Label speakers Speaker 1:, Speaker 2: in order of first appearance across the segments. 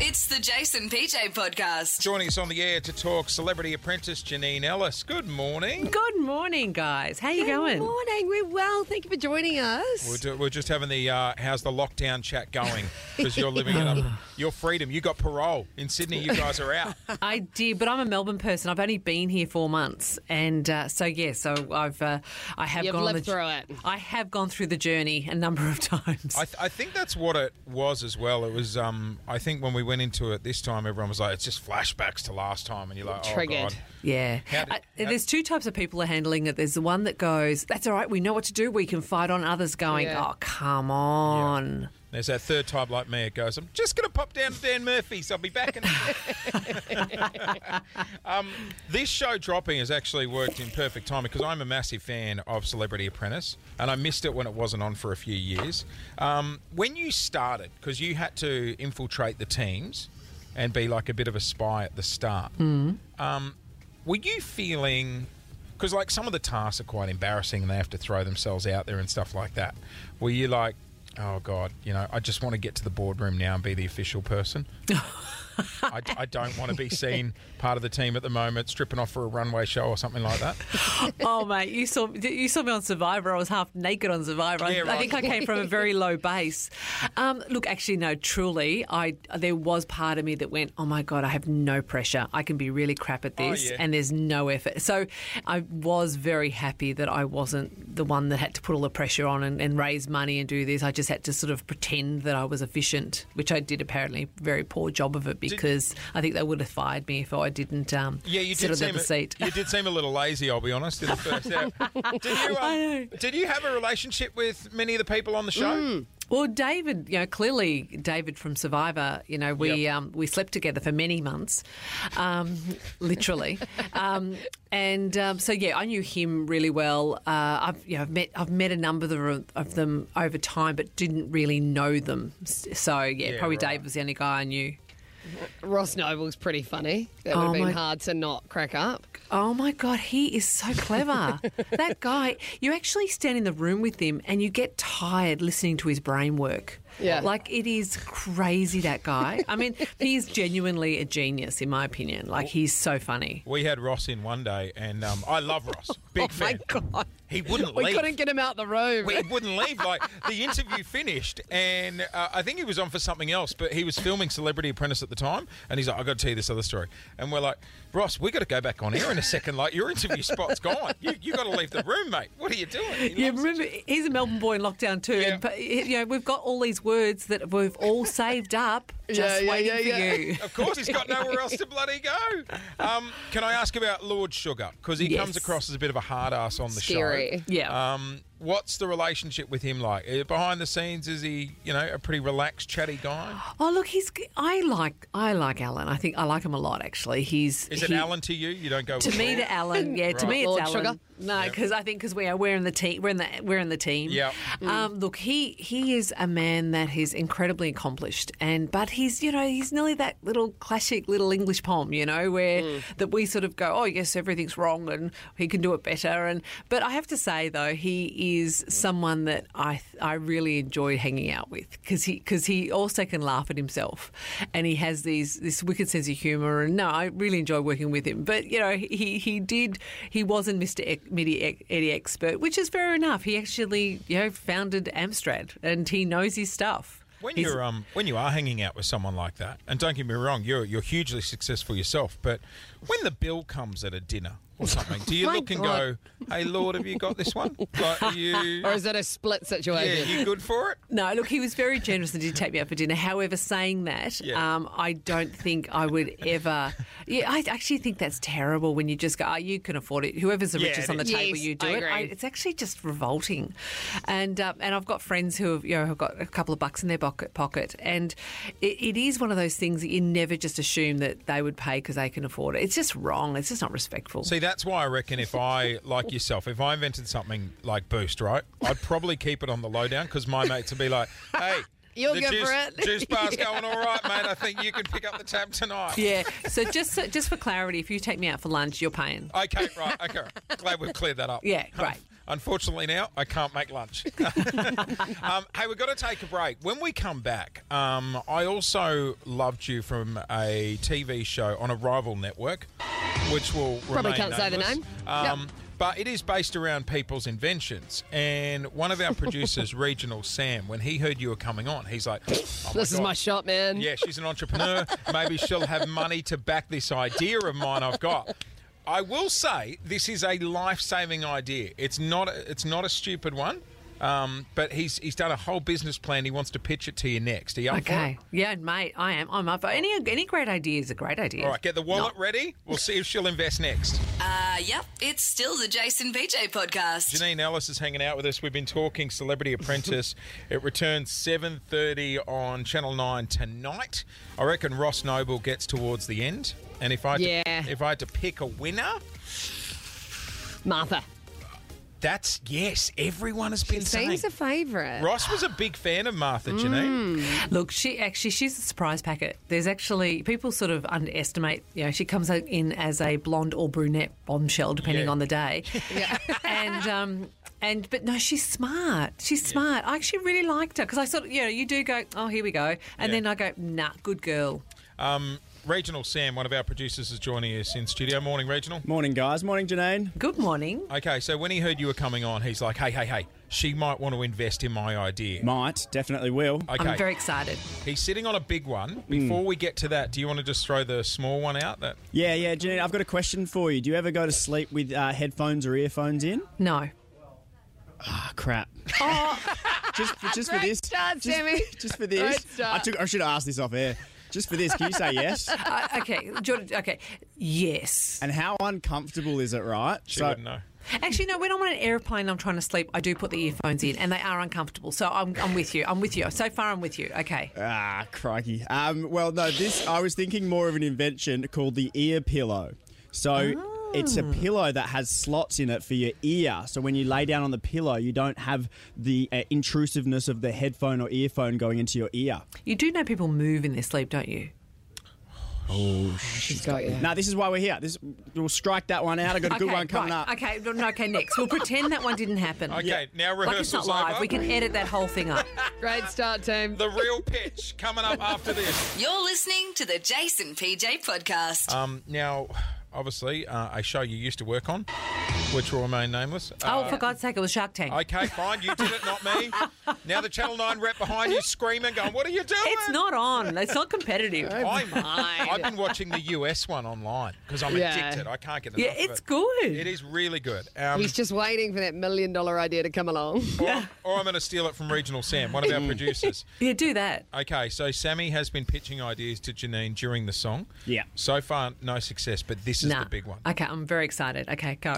Speaker 1: It's the Jason PJ podcast.
Speaker 2: Joining us on the air to talk Celebrity Apprentice Janine Ellis. Good morning.
Speaker 3: Good morning, guys. How you going?
Speaker 4: Good morning. We're well. Thank you for joining
Speaker 2: We're,
Speaker 4: us.
Speaker 2: do, we're just having the uh, how's the lockdown chat going because you're living it up. Your freedom. You got parole in Sydney. You guys are out.
Speaker 3: I did, but I'm a Melbourne person. I've only been here four months, and uh, so yeah, so I've uh, I have
Speaker 4: You've
Speaker 3: gone on
Speaker 4: lived
Speaker 3: the,
Speaker 4: through it.
Speaker 3: I have gone through the journey a number of times.
Speaker 2: I, th- I think that's what it was as well. It was. Um, I think when we went into it this time, everyone was like, "It's just flashbacks to last time," and you're like, "Oh
Speaker 4: Triggered.
Speaker 2: God."
Speaker 3: yeah,
Speaker 2: How did-
Speaker 3: I-
Speaker 2: how-
Speaker 3: there's two types of people are handling it. There's the one that goes, "That's all right. We know what to do. We can fight on." Others going,
Speaker 4: Yeah.
Speaker 3: "Oh, come on."
Speaker 2: There's that third type like me. It goes, I'm just going to pop down to Dan Murphy's. I'll be back in. um, this show dropping has actually worked in perfect time because I'm a massive fan of Celebrity Apprentice, and I missed it when it wasn't on for a few years. Um, when you started, because you had to infiltrate the teams and be like a bit of a spy at the start. Um, were you feeling? Because like some of the tasks are quite embarrassing, and they have to throw themselves out there and stuff like that. Were you like, oh god, you know, I just want to get to the boardroom now and be the official person? I, I don't want to be seen part of the team at the moment, stripping off for a runway show or something like that.
Speaker 3: oh mate, you saw you saw me on Survivor. I was half naked on Survivor. I-
Speaker 2: Yeah,
Speaker 3: I,
Speaker 2: right.
Speaker 3: think I came from a very low base. Um, look, actually, no. Truly, I there was part of me that went, "Oh my god, I have no pressure. I can be really crap at
Speaker 2: Oh,
Speaker 3: this,
Speaker 2: yeah.
Speaker 3: and there's no effort." So I was very happy that I wasn't the one that had to put all the pressure on and, and raise money and do this. I just had to sort of pretend that I was efficient, which I did apparently a very poor job of it because I think they would have fired me if I didn't. Um,
Speaker 2: Yeah, you did
Speaker 3: sit on the
Speaker 2: seem
Speaker 3: other
Speaker 2: a,
Speaker 3: seat.
Speaker 2: you did seem a little lazy. I'll be honest. In the first hour, did you? Um, did you have a relationship with many of the people on the show?
Speaker 3: Well, David, you know, clearly David from Survivor, you know, we
Speaker 2: Yep.
Speaker 3: um, we slept together for many months, um, literally, um, and um, so yeah, I knew him really well. Uh, I've you know, I've met I've met a number of, the- of them over time, but didn't really know them. S- So yeah,
Speaker 2: Yeah,
Speaker 3: probably
Speaker 2: right.
Speaker 3: Dave was the only guy I knew.
Speaker 4: Ross Noble's pretty funny. That would
Speaker 3: Oh,
Speaker 4: have been
Speaker 3: my-
Speaker 4: hard to not crack up.
Speaker 3: Oh my God, he is so clever. that guy, you actually stand in the room with him and you get tired listening to his brain work.
Speaker 4: Yeah.
Speaker 3: Like it is crazy, that guy. I mean, he is genuinely a genius, in my opinion. Like he's so funny.
Speaker 2: We had Ross in one day, and um, I love Ross. Big
Speaker 4: my
Speaker 2: fan.
Speaker 4: God.
Speaker 2: He wouldn't
Speaker 4: We
Speaker 2: leave.
Speaker 4: couldn't get him out the room.
Speaker 2: We- he wouldn't leave. Like the interview finished, and uh, I think he was on for something else, but he was filming Celebrity Apprentice at the time, and he's like, "I got to tell you this other story." And we're like, "Ross, we got to go back on air in a second. Like your interview spot's gone. You, you got to leave the room, mate. What are you doing?" He
Speaker 3: Yeah,
Speaker 2: loves it.
Speaker 3: remember, he's a Melbourne boy in lockdown too.
Speaker 2: Yeah.
Speaker 3: And, but, you know, we've got all these words that we've all saved up just
Speaker 4: Yeah, yeah,
Speaker 3: waiting
Speaker 4: yeah, yeah.
Speaker 3: for you.
Speaker 2: Of course, he's got nowhere else to bloody go. Um, can I ask about Lord Sugar? Because he
Speaker 3: Yes.
Speaker 2: comes across as a bit of a hard ass on the
Speaker 4: Scary.
Speaker 2: show.
Speaker 3: Yeah.
Speaker 2: Um, what's the relationship with him like? Uh, Behind the scenes, is he, you know, a pretty relaxed, chatty guy?
Speaker 3: Oh look, he's. I like. I like Alan. I think I like him a lot. Actually, he's.
Speaker 2: Is it
Speaker 3: he-
Speaker 2: Alan to you? You don't go with
Speaker 3: To me,
Speaker 2: Lord?
Speaker 3: to Alan, yeah. To me, it's
Speaker 4: Lord
Speaker 3: Alan.
Speaker 4: Sugar?
Speaker 3: No, because I think because we are we're in the team. We're in the we're in the team.
Speaker 2: Yep.
Speaker 3: Um, look, he he is a man that is incredibly accomplished, and but he's you know he's nearly that little classic little English poem, you know, where
Speaker 2: Mm.
Speaker 3: that we sort of go, oh yes, everything's wrong, and he can do it better. And but I have to say though, he is someone that I I really enjoy hanging out with because he because he also can laugh at himself, and he has these this wicked sense of humour. And no, I really enjoy working with him. But you know, he he did he wasn't Mister Midi Eddie expert, which is fair enough. He actually you know founded Amstrad, and he knows his stuff.
Speaker 2: When
Speaker 3: He's-
Speaker 2: you're um, when you are hanging out with someone like that, and don't get me wrong, you're you're hugely successful yourself, but when the bill comes at a dinner or something, do you
Speaker 3: My
Speaker 2: look and
Speaker 3: God.
Speaker 2: go, "Hey Lord, have you got this one? Like, are you,
Speaker 4: Or is it a split
Speaker 2: yeah,
Speaker 4: situation?
Speaker 2: you good for it?"
Speaker 3: No, look, he was very generous and did take me out for dinner. However, saying that,
Speaker 2: Yeah.
Speaker 3: um, I don't think I would ever. Yeah, I actually think that's terrible when you just go, oh, you can afford it. Whoever's the
Speaker 2: Yeah,
Speaker 3: richest
Speaker 2: it
Speaker 3: on the
Speaker 2: is.
Speaker 3: table,
Speaker 4: Yes,
Speaker 3: you do
Speaker 4: I
Speaker 3: it.
Speaker 4: agree.
Speaker 3: it's actually just revolting. And um, and I've got friends who have, you know, have got a couple of bucks in their pocket, pocket and it, it is one of those things that you never just assume that they would pay because they can afford it. It's just wrong. It's just not respectful.
Speaker 2: See, that's why I reckon if I, like yourself, if I invented something like Boost, right, I'd probably keep it on the lowdown because my mates would be like, hey,
Speaker 4: You'll
Speaker 2: the
Speaker 4: go for
Speaker 2: juice,
Speaker 4: it."
Speaker 2: juice bar's going all right, mate. I think you can pick up the tab tonight.
Speaker 3: yeah. So just so, just for clarity, if you take me out for lunch, you're paying.
Speaker 2: Okay, right. Okay. Glad we've cleared that up.
Speaker 3: Yeah, great.
Speaker 2: Unfortunately, now I can't make lunch. um, hey, we've got to take a break. When we come back, um, I also loved you from a TV show on a rival network, which will
Speaker 4: Probably
Speaker 2: remain
Speaker 4: can't say the
Speaker 2: nameless.
Speaker 4: name.
Speaker 2: Um,
Speaker 4: Yep.
Speaker 2: But it is based around people's inventions. And one of our producers, Regional Sam, when he heard you were coming on, he's like, oh
Speaker 4: This is
Speaker 2: God.
Speaker 4: my shot, man.
Speaker 2: Yeah, she's an entrepreneur. Maybe she'll have money to back this idea of mine I've got. I will say this is a life-saving idea. It's not. A, it's not a stupid one. Um, but he's he's done a whole business plan. He wants to pitch it to you next. Are you up for
Speaker 3: Okay. Yeah, mate, I am. I'm up. for- Any any great idea is a great idea.
Speaker 2: it? All right, get the wallet ready. We'll see if she'll invest next.
Speaker 1: Uh, yep, it's still the Jason PJ podcast.
Speaker 2: Janine Ellis is hanging out with us. We've been talking Celebrity Apprentice. it returns 7.30 on Channel 9 tonight. I reckon Ross Noble gets towards the end. And if I had
Speaker 4: Yeah.
Speaker 2: to, if I had to pick a winner,
Speaker 4: Martha.
Speaker 2: That's yes. Everyone has been saying
Speaker 4: Seems a favourite.
Speaker 2: Ross was a big fan of Martha Janine.
Speaker 3: Look, she actually she's a surprise packet. There's actually people sort of underestimate. You know, she comes out in as a blonde or brunette bombshell, depending
Speaker 2: Yeah.
Speaker 3: on the day.
Speaker 4: Yeah.
Speaker 3: and um, and but no, she's smart. She's smart. I actually really liked her because I sort of you know you do go oh here we go, and then I go nah good girl.
Speaker 2: Regional Sam, one of our producers, is joining us in studio. Morning, Regional.
Speaker 5: Morning, guys. Morning, Janine.
Speaker 3: Good morning.
Speaker 2: Okay, so when he heard you were coming on, he's like, "Hey, hey, hey, she might want to invest in my idea."
Speaker 5: Might, definitely will.
Speaker 2: Okay,
Speaker 3: I'm very excited.
Speaker 2: he's sitting on a big one. Before we get to that, do you want to just throw the small one out? That
Speaker 5: Yeah, yeah, Janine, I've got a question for you. Do you ever go to sleep with uh, headphones or earphones in?
Speaker 3: No.
Speaker 5: Ah, crap. just for, just for
Speaker 4: Oh. Great
Speaker 5: this.
Speaker 4: start,
Speaker 5: just,
Speaker 4: Sammy.
Speaker 5: just for this.
Speaker 4: Great start.
Speaker 5: I, took, I should have asked this off air. Just for this, can you say yes?
Speaker 3: Uh, okay, Jordan, okay, yes.
Speaker 5: And how uncomfortable is it, right?
Speaker 2: she
Speaker 5: so,
Speaker 2: wouldn't know.
Speaker 3: Actually, no, when I'm on an airplane, I'm trying to sleep, I do put the earphones in and they are uncomfortable. So I'm, I'm with you. I'm with you. So far, I'm with you. Okay.
Speaker 5: Ah, crikey. Um, well, no, this, I was thinking more of an invention called the ear pillow. So. It's
Speaker 3: Ah.
Speaker 5: a pillow that has slots in it for your ear. So when you lay down on the pillow, you don't have the uh, intrusiveness of the headphone or earphone going into your ear.
Speaker 3: You do know people move in their sleep, don't you?
Speaker 4: She's got you.
Speaker 5: Now, this is why we're here. This We'll strike that one out. i got a
Speaker 3: okay,
Speaker 5: good one coming
Speaker 3: right.
Speaker 5: up.
Speaker 3: Okay, no, no, okay, next. We'll pretend that one didn't happen.
Speaker 2: Okay, now
Speaker 3: Like it's
Speaker 2: rehearsal's
Speaker 3: not live.
Speaker 2: over.
Speaker 3: We can edit that whole thing up.
Speaker 4: Great start, team.
Speaker 2: The real pitch coming up after this.
Speaker 1: You're listening to the Jason PJ podcast.
Speaker 2: Um, now, obviously, uh, a show you used to work on, which will remain nameless.
Speaker 3: oh, for God's sake, it was Shark Tank.
Speaker 2: Okay, fine. You did it, not me. Now the Channel 9 rep behind you screaming, going, What are you doing?
Speaker 3: it's not on. It's not competitive.
Speaker 2: I'm,
Speaker 4: Fine.
Speaker 2: I've been watching the US one online because I'm
Speaker 4: Yeah.
Speaker 2: addicted. I can't get enough
Speaker 3: Yeah,
Speaker 2: of
Speaker 3: it's
Speaker 2: it.
Speaker 3: good.
Speaker 2: It is really good. Um,
Speaker 4: He's just waiting for that million dollar idea to come along.
Speaker 2: or, or I'm going to steal it from Regional Sam, one of our producers.
Speaker 3: Yeah, do that.
Speaker 2: Okay, so Sammy has been pitching ideas to Janine during the song.
Speaker 5: Yeah.
Speaker 2: So far, no success, but this is
Speaker 3: nah.
Speaker 2: the big one.
Speaker 3: Okay, I'm very excited. Okay, go.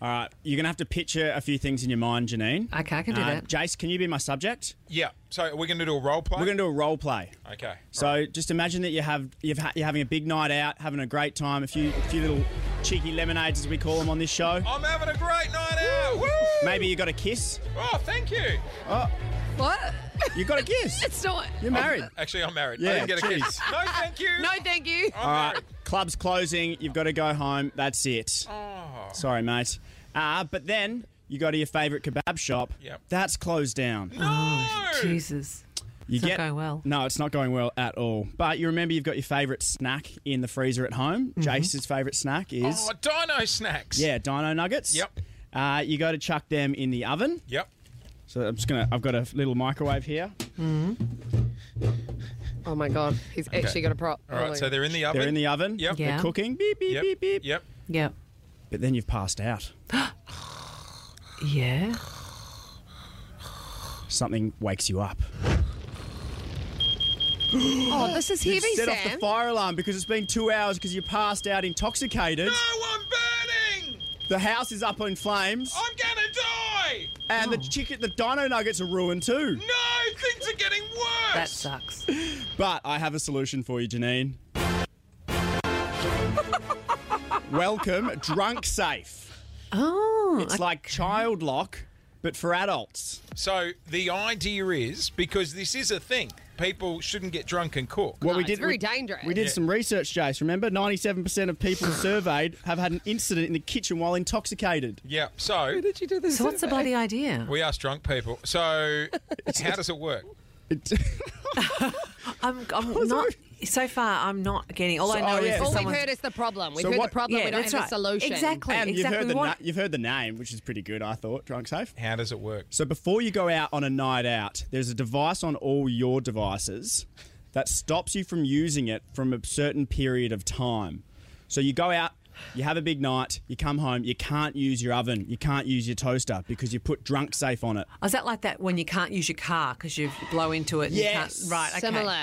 Speaker 5: All right. You're going to have to picture a few things in your mind, Janine.
Speaker 3: Okay, I can do
Speaker 5: Uh,
Speaker 3: that.
Speaker 5: Jace, can you be my subject?
Speaker 2: Yeah. So we're going to do a role play.
Speaker 5: We're going to do a role play.
Speaker 2: Okay.
Speaker 5: So just imagine that you have you've ha- you're having a big night out, having a great time, a few a few little cheeky lemonades as we call them on this show.
Speaker 2: I'm having a great night out. Woo!
Speaker 5: Maybe you got a kiss.
Speaker 2: Oh, thank you.
Speaker 4: What?
Speaker 5: You got a kiss.
Speaker 4: It's not.
Speaker 5: You're married.
Speaker 2: Actually, I'm married. I
Speaker 5: Yeah,
Speaker 2: didn't get a kiss. No, thank you.
Speaker 4: No, thank you.
Speaker 2: I'm
Speaker 5: All right.
Speaker 2: married.
Speaker 5: Club's closing. You've got to go home. That's it.
Speaker 2: Oh.
Speaker 5: Sorry, mate. Uh, but then you go to your favourite kebab shop.
Speaker 2: Yep.
Speaker 5: That's closed down.
Speaker 2: No.
Speaker 3: Oh, Jesus.
Speaker 5: You
Speaker 3: It's not going well.
Speaker 5: No, it's not going well at all. But you remember you've got your favourite snack in the freezer at home. Jace's favourite snack is
Speaker 2: Oh, dino snacks.
Speaker 5: yeah, Dino Nuggets.
Speaker 2: Yep.
Speaker 5: Uh, you got to chuck them in the oven.
Speaker 2: Yep.
Speaker 5: So I'm just gonna. I've got a little microwave here.
Speaker 4: Oh my god, he's actually got a prop. Oh
Speaker 2: All right. So they're in the oven.
Speaker 5: They're in the oven.
Speaker 2: Yep.
Speaker 3: Yeah.
Speaker 5: They're cooking. Beep beep
Speaker 2: Yep.
Speaker 5: beep beep.
Speaker 2: Yep.
Speaker 3: Yeah.
Speaker 5: But then you've passed out.
Speaker 3: Yeah.
Speaker 5: Something wakes you up.
Speaker 4: oh, this is
Speaker 5: You've
Speaker 4: heavy,
Speaker 5: set
Speaker 4: Sam.
Speaker 5: off the fire alarm because it's been two hours because you passed out intoxicated.
Speaker 2: No, I'm burning.
Speaker 5: The house is up in flames,
Speaker 2: I'm gonna die.
Speaker 5: and
Speaker 4: Oh.
Speaker 5: the chicken, the Dino Nuggets are ruined too.
Speaker 2: No, things are getting worse.
Speaker 3: That sucks.
Speaker 5: But I have a solution for you, Janine. Welcome, Drunk Safe.
Speaker 3: Oh.
Speaker 5: It's like child lock, but for adults.
Speaker 2: So the idea is because this is a thing. people shouldn't get drunk and cook.
Speaker 4: No,
Speaker 5: What we
Speaker 4: Oh, it's
Speaker 5: did,
Speaker 4: very
Speaker 5: we,
Speaker 4: dangerous.
Speaker 5: We did some research, Jace. Remember, ninety-seven percent of people surveyed have had an incident in the kitchen while intoxicated.
Speaker 2: Yeah, so
Speaker 4: Did you do this?
Speaker 3: So what's the bloody idea?
Speaker 2: we asked drunk people. So how does it work?
Speaker 5: It-
Speaker 3: I'm, I'm not. So far, I'm not getting. All I know
Speaker 5: So- oh, yeah.
Speaker 3: is that
Speaker 4: All we've
Speaker 3: someone's-
Speaker 4: heard is the problem. We've
Speaker 5: So
Speaker 4: heard
Speaker 5: what-
Speaker 4: the problem.
Speaker 3: Yeah,
Speaker 4: we don't
Speaker 3: that's
Speaker 4: have
Speaker 3: right.
Speaker 4: a solution.
Speaker 3: Exactly.
Speaker 5: and you've
Speaker 3: exactly
Speaker 5: heard the na-
Speaker 3: what-
Speaker 5: you've heard the name, which is pretty good, I thought. Drunk safe.
Speaker 2: How does it work?
Speaker 5: So before you go out on a night out, there's a device on all your devices that stops you from using it from a certain period of time. So you go out, you have a big night, you come home, you can't use your oven, you can't use your toaster because you put drunk safe on it.
Speaker 3: Oh, Is that like that when you can't use your car because you blow into it? And
Speaker 5: Yes.
Speaker 3: You can't, right. Okay.
Speaker 4: Similar.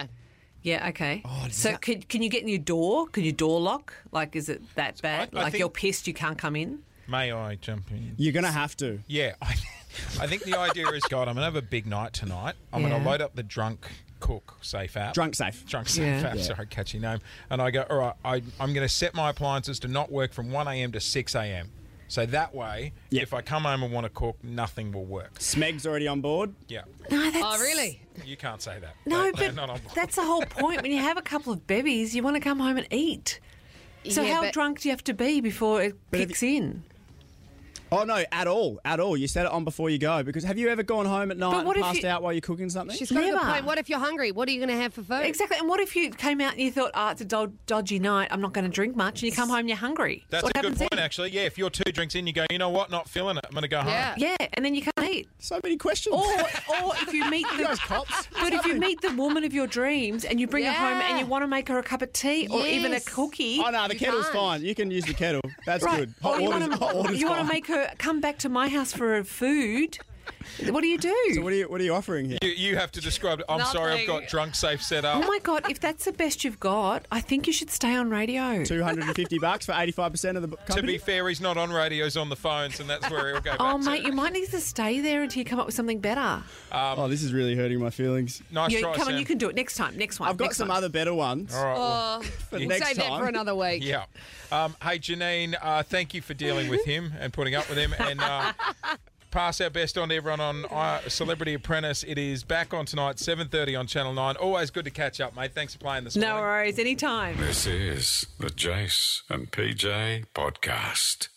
Speaker 3: Yeah. Okay.
Speaker 5: does
Speaker 3: so
Speaker 5: that-
Speaker 3: can, can you get in your door? Can your door lock? Like, is it that bad?
Speaker 2: I
Speaker 3: like
Speaker 2: think-
Speaker 3: you're pissed you can't come in.
Speaker 2: May I jump in?
Speaker 5: You're gonna have to.
Speaker 2: Yeah, I, I think the idea is, God, I'm gonna have a big night tonight. I'm
Speaker 3: Yeah.
Speaker 2: gonna load up the drunk cook safe app.
Speaker 5: Drunk safe.
Speaker 2: Drunk safe
Speaker 3: Yeah.
Speaker 2: app.
Speaker 5: Yeah.
Speaker 2: Sorry, catchy name. And I go, all right, I, I'm gonna set my appliances to not work from 1 a.m. to 6 a.m. So that way,
Speaker 5: Yep.
Speaker 2: if I come home and want to cook, nothing will work.
Speaker 5: Smeg's already on board.
Speaker 2: Yeah,
Speaker 3: No, that's.
Speaker 4: Oh, really?
Speaker 2: you can't say that. They-
Speaker 3: No,
Speaker 2: they're
Speaker 3: but
Speaker 2: not on board.
Speaker 3: that's the whole point. When you have a couple of babies, you want to come home and eat. So
Speaker 4: Yeah,
Speaker 3: how
Speaker 4: but-
Speaker 3: drunk do you have to be before it
Speaker 5: if
Speaker 3: kicks in?
Speaker 5: Oh no, at all, at all. You set it on before you go because have you ever gone home at night
Speaker 3: what
Speaker 5: and
Speaker 3: if
Speaker 5: passed
Speaker 3: you-
Speaker 5: out while you're cooking something?
Speaker 4: She's got a
Speaker 3: Never.
Speaker 4: good point. What if you're hungry? What are you going to have for food?
Speaker 3: Exactly. And what if you came out and you thought, oh, it's a do- dodgy night. I'm not going to drink much. And you come home and you're hungry.
Speaker 2: That's
Speaker 3: what
Speaker 2: a good
Speaker 3: happens
Speaker 2: point,
Speaker 3: then?
Speaker 2: actually. Yeah, if you're two drinks in, you go, you know what, not feeling it. I'm gonna go home.
Speaker 4: Yeah.
Speaker 3: Yeah. And then you can't eat.
Speaker 5: so many questions.
Speaker 3: Or, or if you meet the
Speaker 5: guys cops.
Speaker 3: But if you meet the woman of your dreams and you bring her home and
Speaker 4: Yeah.
Speaker 3: you want to make her a cup of tea or even a
Speaker 4: Yes.
Speaker 3: cookie,
Speaker 5: Oh no, the
Speaker 4: You
Speaker 5: kettle's
Speaker 4: can't.
Speaker 5: fine. You can use the kettle. That's
Speaker 3: right?
Speaker 5: good. Hot
Speaker 3: or you
Speaker 5: water's,
Speaker 3: wanna-
Speaker 5: hot water's
Speaker 3: you want
Speaker 5: fine.
Speaker 3: to make her come back to my house for her food. What do you do?
Speaker 5: So what are you what are you offering here?
Speaker 2: You, you have to describe. it. I'm sorry, I've
Speaker 4: Nothing.
Speaker 2: got drunk safe set up.
Speaker 3: Oh my god! If that's the best you've got, I think you should stay on radio.
Speaker 5: Two hundred and fifty bucks for eighty five percent of the b-
Speaker 2: to
Speaker 5: company.
Speaker 2: be fair, he's not on radios on the phones, and that's where he'll go. Back
Speaker 3: Oh
Speaker 2: to.
Speaker 3: mate,
Speaker 5: eh?
Speaker 3: you might need to stay there until you come up with something better.
Speaker 2: um,
Speaker 5: oh, this is really hurting my feelings.
Speaker 2: nice
Speaker 3: You-
Speaker 2: try,
Speaker 3: come
Speaker 2: Sam.
Speaker 3: on, you can do it next time. Next one.
Speaker 5: I've got
Speaker 3: next
Speaker 5: some
Speaker 3: one.
Speaker 5: other better ones.
Speaker 2: All right. well,
Speaker 4: Oh,
Speaker 5: For
Speaker 4: we'll
Speaker 5: next
Speaker 4: save that for
Speaker 5: time.
Speaker 4: another week.
Speaker 2: yeah. Um, hey, Janine, uh, thank you for dealing with him and putting up with him. And uh, pass our best on to everyone on uh, Celebrity Apprentice. It is back on tonight, 7.30 on Channel 9. Always good to catch up, mate. Thanks for playing this
Speaker 3: No
Speaker 2: morning.
Speaker 3: worries. Anytime.
Speaker 6: This is the Jace and PJ podcast.